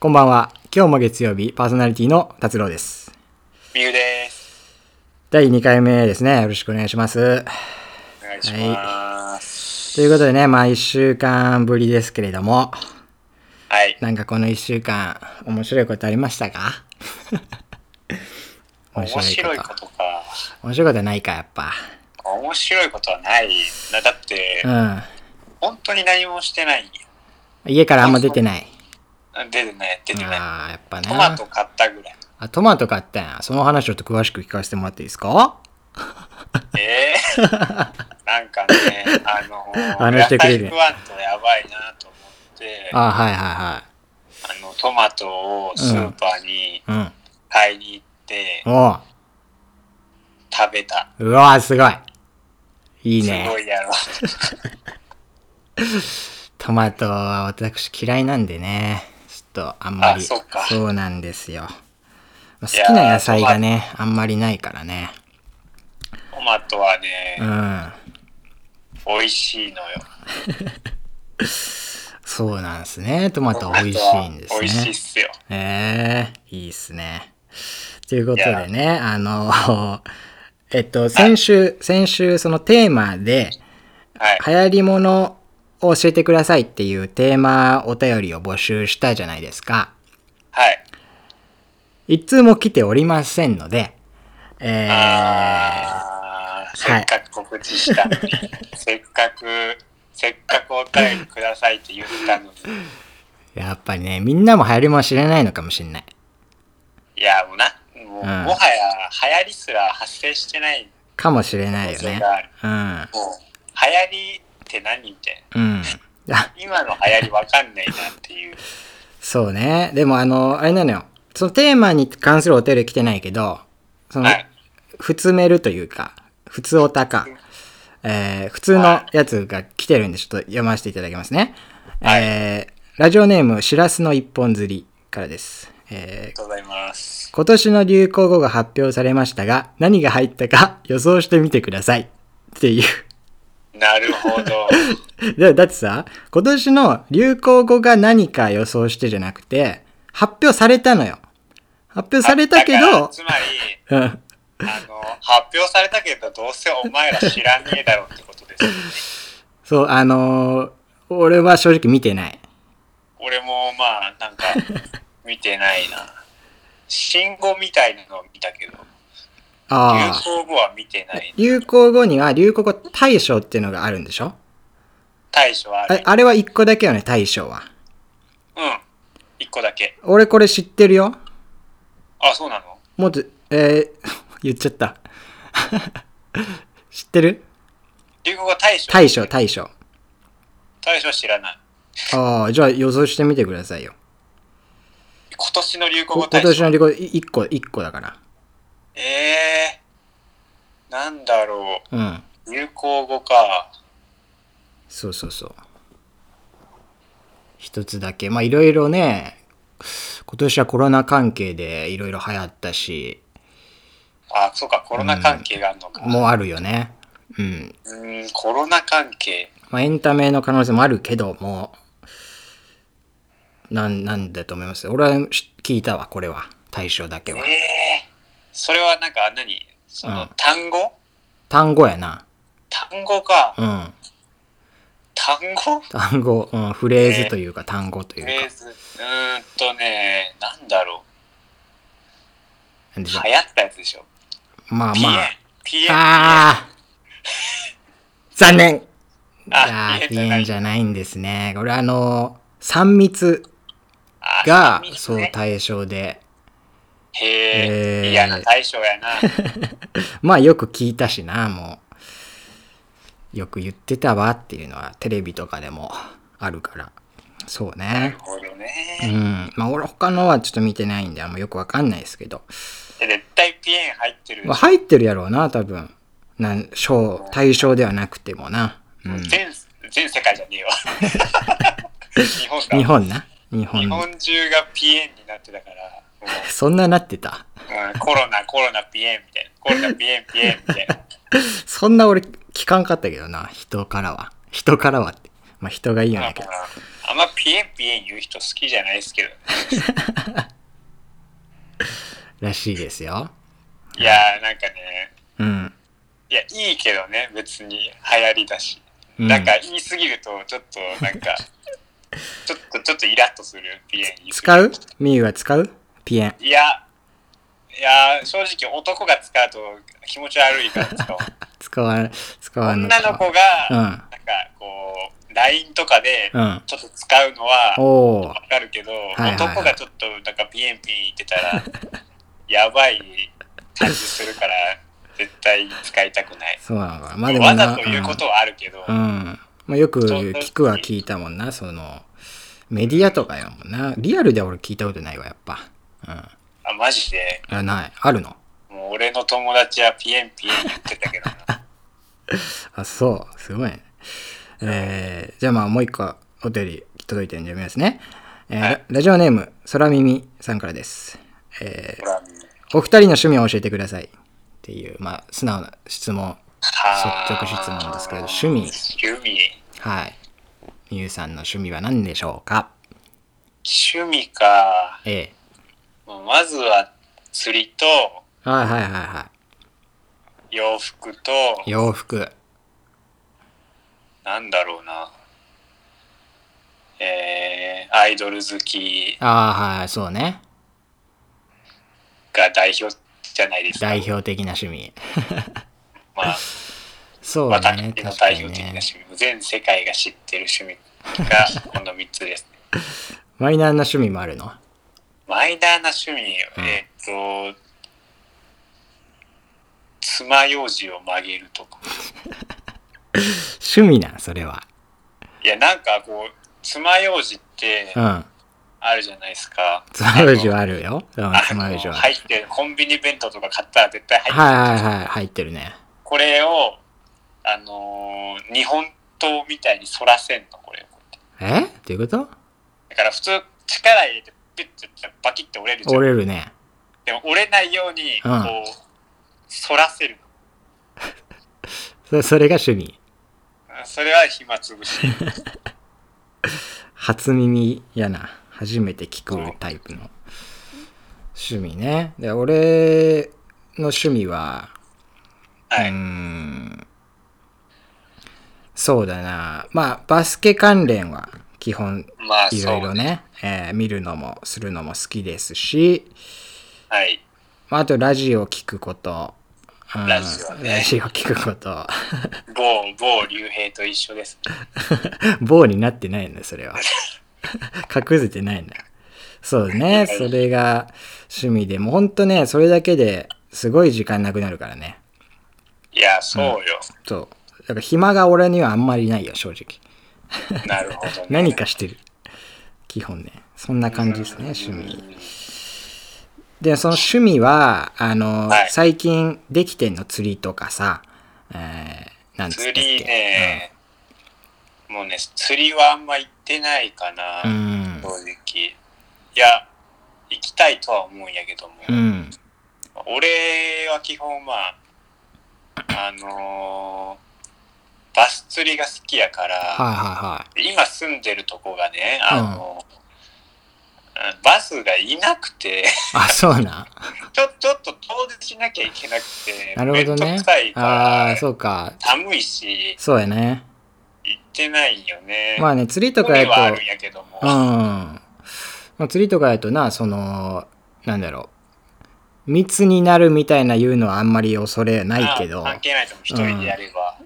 こんばんは。今日も月曜日、パーソナリティの達郎です。みゆです。第2回目ですね。よろしくお願いします。お願いします。ということでね、まあ1週間ぶりですけれども、はい。なんかこの1週間、面白いことありましたか 面白いことか。面白いことはないか、やっぱ。面白いことはないな。だって、う本当に何もしてない。ん。家からあんま出てない。出てない、出てない。ああ、やっぱね。トマト買ったぐらい。あ、トマト買ったんやその話をちょっと詳しく聞かせてもらっていいですかえ えなんかね、あのー、話してくれる野菜食わんとやばいなと思って、ああはいはの、トマトをスーパーにいはい。買いに行ってうん。おう。食べた。うわーすごい。いいねす。ごいやろ。トマトは私嫌いなんでね。ちょっとあんまり。あそっかうなんですよ。好きな野菜がね、あんまりないからね。トマトはうね、ん。美味しいのよ。そうなんですね。トマト美味しいんでトマトは美味すしいねっ。すよ。ええいいっすね。ということでね、あの、 えっと、先週、先週そのテーマで、はい。流行りものを教えてくださいっていうテーマお便りを募集したじゃないですか。はい。一通も来ておりませんので、えー、あーせっかく告知 したのに、せっかく、せっかくお便りくださいって言ったのに、やっぱりね、みんなも流行りも知らないのかもしれない。いや、もうな、もう、んもはや流行りすら発生してない、かもしれないよそれね。があるうん。もう、流行りって何みたいな。うん。あ、今の流行りわかんないなっていう。そうね。でもあの、あれなのよ。そのテーマに関するお便り来てないけど、その、はい普通メールというか、普通おたか、えー普通のやつが来てるんで、ちょっと読ませていただきますね。はいえーラジオネーム、しらすの一本釣りからです。えありがーとうございます。今年の流行語が発表されましたが、何が入ったか 予想してみてください。っていう。 なるほど。だだってさ、今年の流行語が何か予想してじゃなくて、発表されたのよ。発表 されたけだからど、つまり、うん。あの、発表されたけど、どうせお前ら知らねえだろうってことですよね。そう、あのー俺は正直見てない。俺もまあ なんか見てないな信号みたいなのを見たけど流ああ。行語は見てない流行語には流行語大賞っていうのがあるんでしょ大将はああれるあれは一個だけよね、大賞は。うん一個だけ俺これ知ってるよ。あそうなのもっと、えー 言っちゃった。 知ってる流行語大将大賞、大賞。大将知らないああ、じゃあ予想してみてくださいよ。今年の流行こ語今大年賞の流行語い一個、一個だから。えー、なんだろうん。う流行語かそうそうそう。一つだけ。まあいろいろね、今年はコロナ関係でいろいろ流行ったし、あそうかコロナ関係があるのかもうあるよね。うん。うんんコロナ関係まあ、エンタメの可能性もあるけども、なん、なんだと思います俺はし聞いたわ、これは。対象だけは。それはなんか何その、うん単語単語やな。単語かうん。単語単語、うん、フレーズというか、単語というフか。レーズうーんとねなんだろなんうで流し行ょったやつでしょう。まあピまエンあ。ピエンああ残念いやあー、ピピエエンンじじゃゃないんですね。これあの、三密が、そう、だ対象で。へえーえ嫌な大将やなまあよく聞いたしな、もう。よく言ってたわっていうのはテレビとかでもあるから。そうね。これうねん。まあ俺他のはちょっと見てないんであんまよくわかんないですけど。絶対ピエン入ってるまあ入ってるやろうな、多分。なん、賞、対象ではなくてもな。うん。全全世界じゃねえわ日本日が本な。日日本。本中がピエンになってたからも そんななってた。う、うん、コロナコロナピエンみたいなコロナピエンピエンみたいなそんな俺聞かんかったけどな、人からは。人からはって。まあ人がいいよまあねけど。まああんまピエンピエン言う人好きじゃないですけどね。らしいですよ。いやーなんかね、うん。いや、いいけどね、別に流行りだし。うんなんか言いすぎると、ちょっとなん か、ちょっと、ちょっとイラッとする、ピエン言う。使うみゆは使うピエン。いや、いやー、正直男が使うと気持ち悪いから 使おう。使わん、使わんの女のか。子が、うんなんかこう、LINE とかで、うん。ちょっと使うのは、おおわ。かるけど、いはいはい男がちょっとなんかピエンピエン言ってたら やばい感じするから絶対使いたくない、そうなのかな。まあでもなわざと言うことはあるけど、うん。うんまあ、よく聞くは聞いたもんな、その、メディアとかやもんな。リアルでは俺聞いたことないわ、やっぱ。うん。あマジであない。あるのもう俺の友達はピエンピエン言ってたけどなあ、そう。すごいね。えー、じゃあまあもう一個お便り届いてるんで読みますね。えーはいララジオネーム、空耳さんからです。 えほらー、お二人の趣味を教えてください。っていう、まあ、素直な質問。はあ率直質問ですけど趣味趣味はい。みゆさんの趣味は何でしょうか趣味かええまずは釣りとはいはいはいは洋服とい。洋服。なんだろうなえー、アイドル好きああ、はい、そうね。が代表じゃないですか代表的な趣味。まあそう私のね、確か代表に的なね。趣味、全世界が知ってる趣味がこの3つです。マイナーな趣味もあるのマイナーな趣味、うんえーっと、爪楊枝を曲げるとか。趣味なん、それは。いや、なんかこう、爪楊枝ってうん。あるじゃないですか。爪楊枝はあるよ。うんあ、爪楊の枝はあ入る。ってる、コンビニ弁当とか買ったら絶対入ってる。はいはいはい、入ってるね。これを、あのー日本刀みたいに反らせんの、これを。えっていうことだから普通、力入れて、ピュッてやったらバキッて折れるじゃん。折れるね。でも折れないようにこうう、ん反らせるそそれが趣味。あそれは暇つぶし 初耳やな初めて聞くタイプの趣味ねで俺の趣味は、うはーいんそうだなまあバスケ関連は基本まあいろそいろうね、えー見るのもするのも好きですし、はいまあ、あとラジオを聞くこと、うんラジオねラジオ聞くこと某某竜兵と一緒です 棒になってないんだそれは 隠せてないんだそうねそれが趣味でもうほんとねそれだけですごい時間なくなるからねいやそうよ、そうだから暇が俺にはあんまりないよ正直なるほど、ね、何かしてる基本ねそんな感じですね趣う味んでその趣味はあの、はい最近できてんの釣りとかさ、えー、なんつった釣っけりね、もうね釣りはあんま行ってないかな、うん正直いや行きたいとは思うんやけども、うん俺は基本まああのーバス釣りが好きやから、はいは今住んでるとこがねあの、うんバスがいなくていはいあそうなんちょちょっと遠出しなきゃいけなくてなるほどめんねどくさい。ああかー、らそうか。寒いしそうやね。行ってないんよね。まあね、釣りとか海はあやとるん、やけども、うん。まあ、釣りとかやとな、その、なんだろう。密になるみたいな言うのはあんまり恐れないけどまあ、関係ないとも一人でやれば、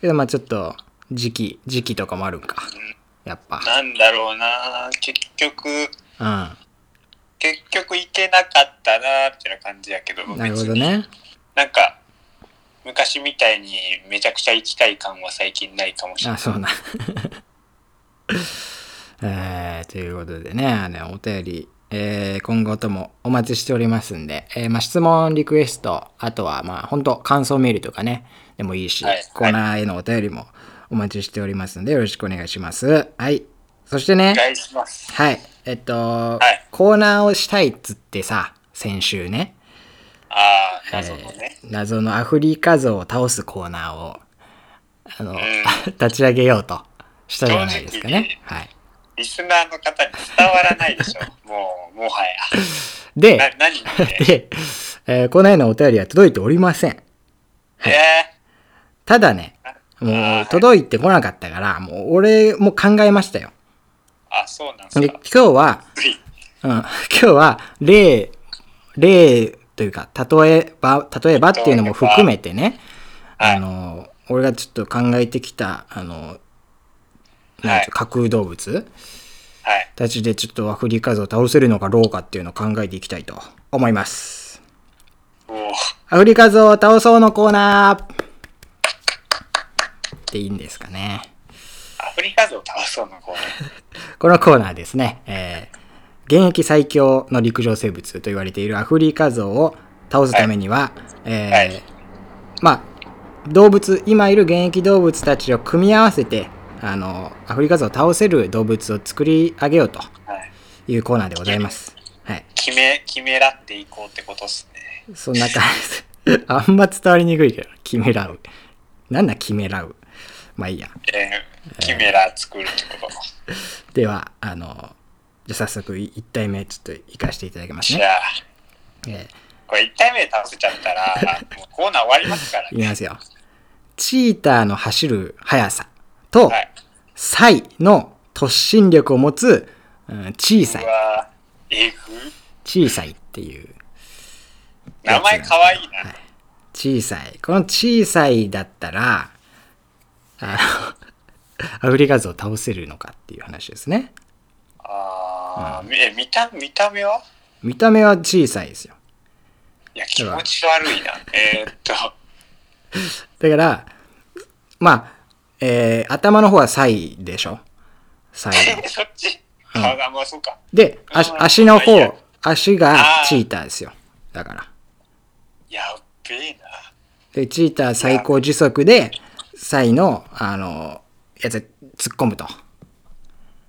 けどまあちょっと、時期、時期とかもあるんか。やっぱ。なんだろうな結局う結局行けなかったなみたいな感じやけどん。なるほど別にね。なんか昔みたいにめちゃくちゃ行きたい感は最近ないかもしれあ、ない。そうな。 えー、ということでね、あのお便り、えー今後ともお待ちしておりますんで、えーまあ、質問、リクエスト、あとは、まあ、本当感想メールとかね、でもいいし、はいコーナーへのお便りもお待ちしておりますんで、よろしくお願いします。はい。そしてねお、願いします。はい。えっと、いコーナーをしたいっつってさ、先週ね、ああ、謎のね。謎のアフリカ像を倒すコーナーをあの、ん立ち上げようとしたじゃないですかね。はい、リスナーの方に伝わらないでしょ。もう、もはや。 で、な何見てで、えーこのようなお便りは届いておりません。えただね、ー、もあう届いてこなかったから、もう俺も考えましたよ。あ、そうなんですで、か今。日は、うん、今日は例、例というか、例えば、例えばっていうのも含めてね、はいあの、俺がちょっと考えてきた、あの、なんはていいう架空動物はい。たちでちょっとアフリカ像を倒せるのかどうかっていうのを考えていきたいと思います。おーアフリカ像を倒そうのコーナーっていいんですかね。アフリカ像倒そうのこう。このコーナーですね、えー現役最強の陸上生物と言われているアフリカゾウを倒すためには、えーはいまあ動物今いる現役動物たちを組み合わせてあのアフリカゾウを倒せる動物を作り上げようとはい。いうコーナーでございます。はい、決め、決めらっていこうってことっすね。そんな感じです。あんま伝わりにくいけど、キメラウ。なんだキメラウ。まあいいや。えー、キメラ作るってこと。では、あの、じゃあ早速1体目ちょっと行かせていただきますじね。ゃあ、えーこれ1回目で倒せちゃったら、もうコーナー終わりますからいきね。ますよ。チーターの走る速さと、はい。、サイの突進力を持つ、うん小さいうわーえぐ小さいっていう、名前かわいいな。小さい。この小さいだったら、あの、ア フリカゾウを倒せるのかっていう話ですね。あー、みえ、見た、見た目は見た目は小さいですよ。いや、気持ち悪いな。えーっと、だから、まあ、えー頭の方はサイでしょサイ。そっちうんあ、まあ、そうか。で、足足のまあいいや方、足がチーターですよ。だから。やっべえな。で、チーター最高時速で、サイの、あの、やつ突っ込むと。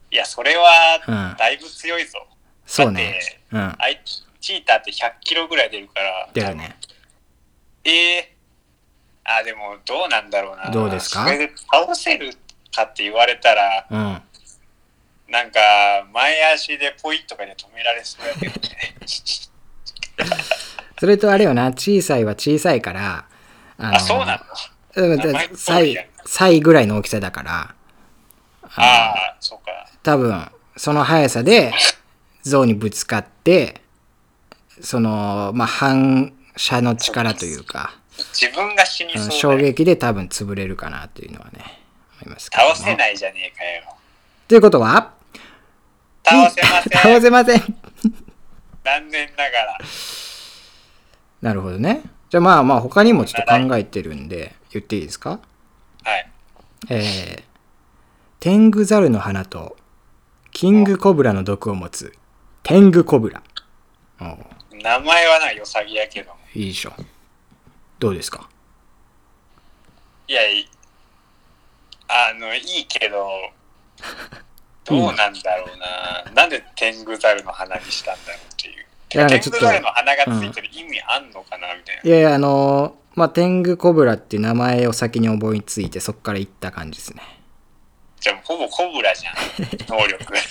いや、それうんは、だいぶ強いぞ。そうね。うだんって。あいチーターって100キロぐらい出るから。だよね。ええあ、でも、どうなんだろうな。どうですかそれで倒せるかって言われたら、うん。なんか、前足でポイとかで止められそうやけどね。それとあれよな、小さいは小さいから、 ああ、そうなのうん名前っでぽいサやイ、サイぐらいの大きさだから、ああ、そうか。多分、その速さで、象にぶつかって、その、まあ、反射の力というか、自分が死にうんそう衝だよ。撃で多分潰れるかなというのはね、思いますけども倒せないじゃねえかよ。ということは、倒せませ倒ん。せません。残念ながら。なるほどね。じゃあまあまあ他にもちょっと考えてるんで言っていいですかはい。えー、テングザルの花とキングコブラの毒を持つテングコブラ。おう名前はな、良さげやけど。いいでしょ。どうですかいや、いあの、いいけど、 どうなんだろうな。なんで天狗猿の花にしたんだろうっていう。いやなん天かちょっ狗と猿の花がついてる意味あんのかなみたいいな。やいや、あのーまあテングコブラっていう名前を先に覚えついてそっから行った感じですね。じゃあ、ほぼコブラじ ゃん。能力。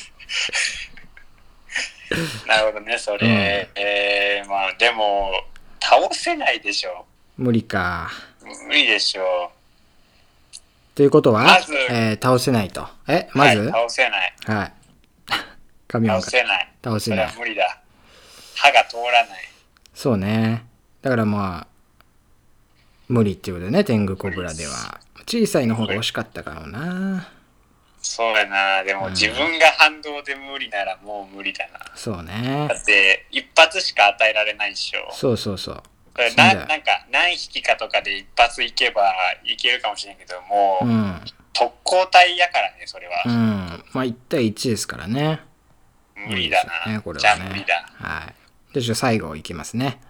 なるほどね、それ。えー、まあ、でも、倒せないでしょ。無理か。無理でしょということは、まずえー倒せないと。え、う。まず、はい、はい、 倒せない。神倒山君せない。倒せそれないは。無理だ。歯が通らない。そうね。だからまあ、無理っていうことでね、天狗コブラでは。小さいの方が惜しかったからな。そうやな。でも自分が反動で無理ならもう無理だな。そうね。だって、一発しか与えられないっしょ。そうそうそう。これ死んだななんか何匹かとかで一発いけばいけるかもしれんけど、もう、うん。特攻隊やからね、それうは。ん。まあ、1対1ですからね。無理だですな。よね、これじゃはあ無ね理だ。。はい。じゃあちょっと最後いきますね。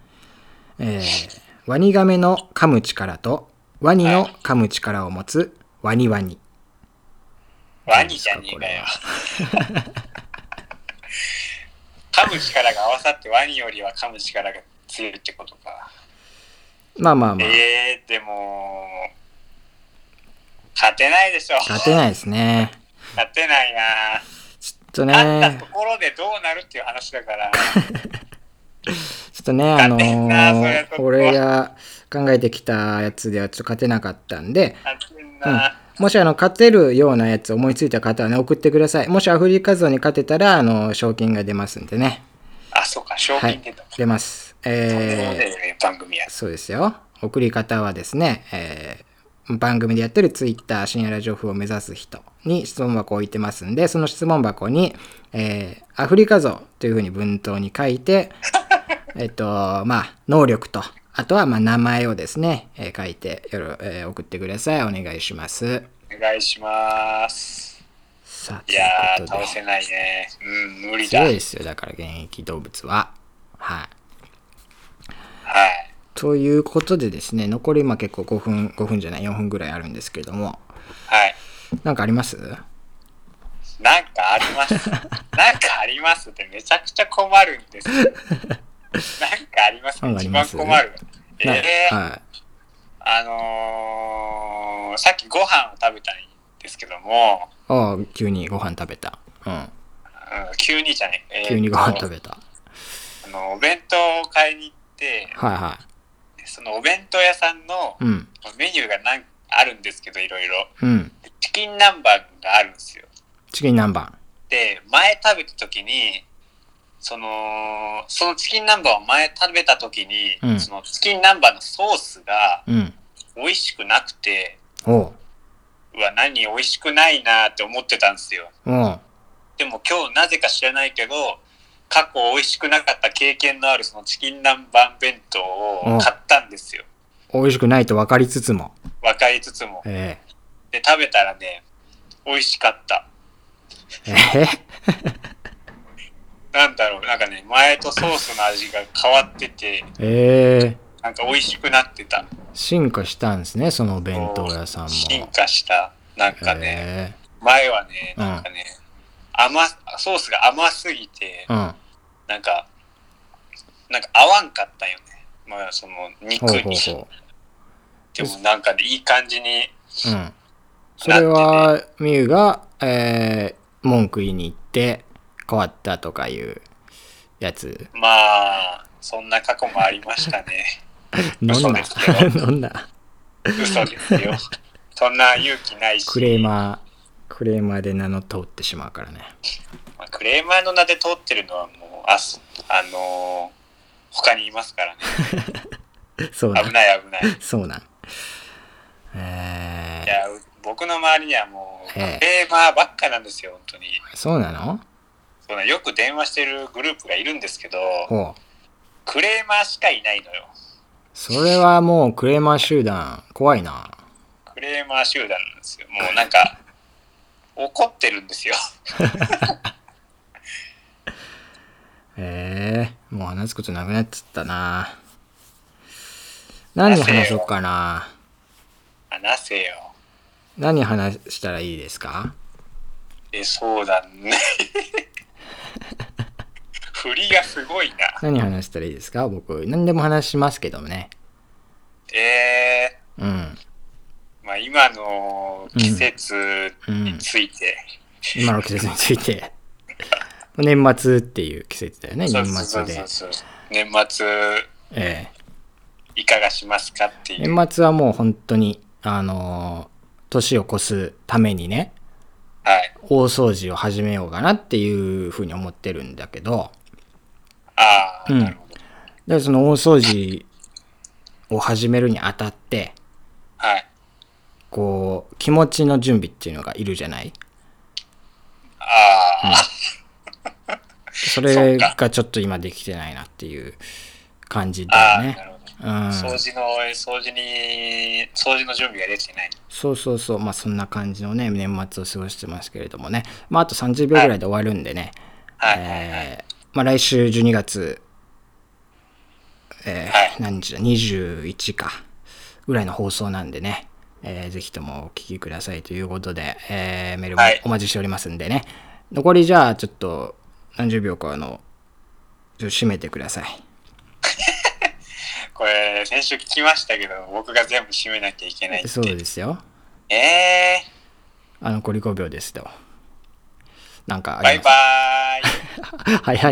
えー、ワニガメの噛む力と、ワニの噛む力を持つワニワニ。ワニじゃねえかよ。噛む力が合わさってワニよりは噛む力が強いってことか。まあまあまあ、えー、でも、勝てないでしょ。勝てないですね。勝てないな。ちょっとあったねと、ころでどうなるっていう話だから、ちょっとね、あの勝てんなそれー、俺が考えてきたやつではちょっと勝てなかったんで、あんうんな、もしあの勝てるようなやつ思いついた方はね送ってくださいもしアフリカゾに勝てたらあの賞金が出ますんでねあ、そうか、賞はい金出た。出ますとんでもねええ番組やー、。そうですよ送り方はですね、えー番組でやってるツイッター深夜ラジオ風を目指す人に質問箱を置いてますんでその質問箱に、えーアフリカゾというふうに文頭に書い てえっとまあ能力とあとはまあ名前をですね、えー書いてよろ、えー送ってくださいお願いしますお願いします。さあいやというこー、と倒でせないね。うん、無理すだ。ごはいい。ですよだから現役動物ははいということでですね残り今結構5分5分じゃない4分ぐらいあるんですけれどもはい。なんかありますなんかあり ます。なんかありますってめちゃくちゃ困るんですよ。なんかありますなんかあり一ま番す困る。えなえーはあのー、さっきご飯を食べたんですけども、い、ああ急にご飯食べた、うん、うん、急にじゃない、えー急にご飯食べた、あのお弁当を買いに行ってはいはそのお弁当屋さんのいうんメニューがなんあるんですけどいろいろうんチキン南蛮があるんですよチキン南蛮で前食べた時にそのそのチキン南蛮を前食べた時に、うんそのチキン南蛮のソースがうん美味しくなくておううわ何美味しくないなって思ってたんですよおうでも今日なぜか知らないけど過去美味しくなかった経験のあるそのチキン南蛮弁当を買ったんですよ美味しくないと分かりつつも分かりつつもえで食べたらね美味しかったええなんだろうなんかね前とソースの味が変わっててえええなんか美味しくなってた進化したんですねそのお弁当屋さんも進化したなんかね、え前はねうんなんかね、甘ソースが甘すぎてえうんなんかなんか合わんかったよねまあその肉ほうにほうほうでもなんかねいい感じにうん、それはミュウが、えー文句言いに行って変わったとかいうやつまあそんな過去もありましたね 飲そんうだです け飲んだ嘘ですよそんな勇気ないしクレーマークレーマーで名の通ってしまうからねまあクレーマーの名で通ってるのはもうあすあのー他にいますからねそうなん危ない危ないいそうなんえやう僕の周りにはもうクええレーマーばっかなんですよ本当にー、そうなのそうねよく電話してるグループがいるんですけどほうクレーマーしかいないのよそれはもうクレーマー集団怖いなクレーマー集団なんですよもうなん か怒ってるんですよえー、もう話すことなくなっちゃったな何話そうかな話せよ何話したらいいですかえそうだ ね振りがすごいな何話したらいいですか僕何でも話しますけどねえうんー、まあ今の季節について、今の季節につい て年末っていう季節だよねそう年そ末うそでう、そう年末えいかがしますかってえいう、年末はもう本当にあのー年を越すためにねはい大掃除を始めようかなっていうふうに思ってるんだけどああ、うんなるほどでその大掃除を始めるにあたってはいこう気持ちの準備っていうのがいるじゃないああ、それがちょっと今できてないなっていう感じだよああねなるほどうん、掃除の掃除に掃除の準備ができてないそうそうそうまあそんな感じのね年末を過ごしてますけれどもねまああと30秒ぐらいで終わるんでね、はいはいはいえーまあ来週12月えーはい何日だ21かぐらいの放送なんでね、えーぜひともお聞きくださいということで、えーメールもはいお待ちしておりますんでね、残りじゃあちょっと何十秒かあのちょっと締めてくださいこれ先週聞きましたけど僕が全部締めなきゃいけないってそうですよええあの残り5秒ですとなんかあバイります。バーイ。 はいはい。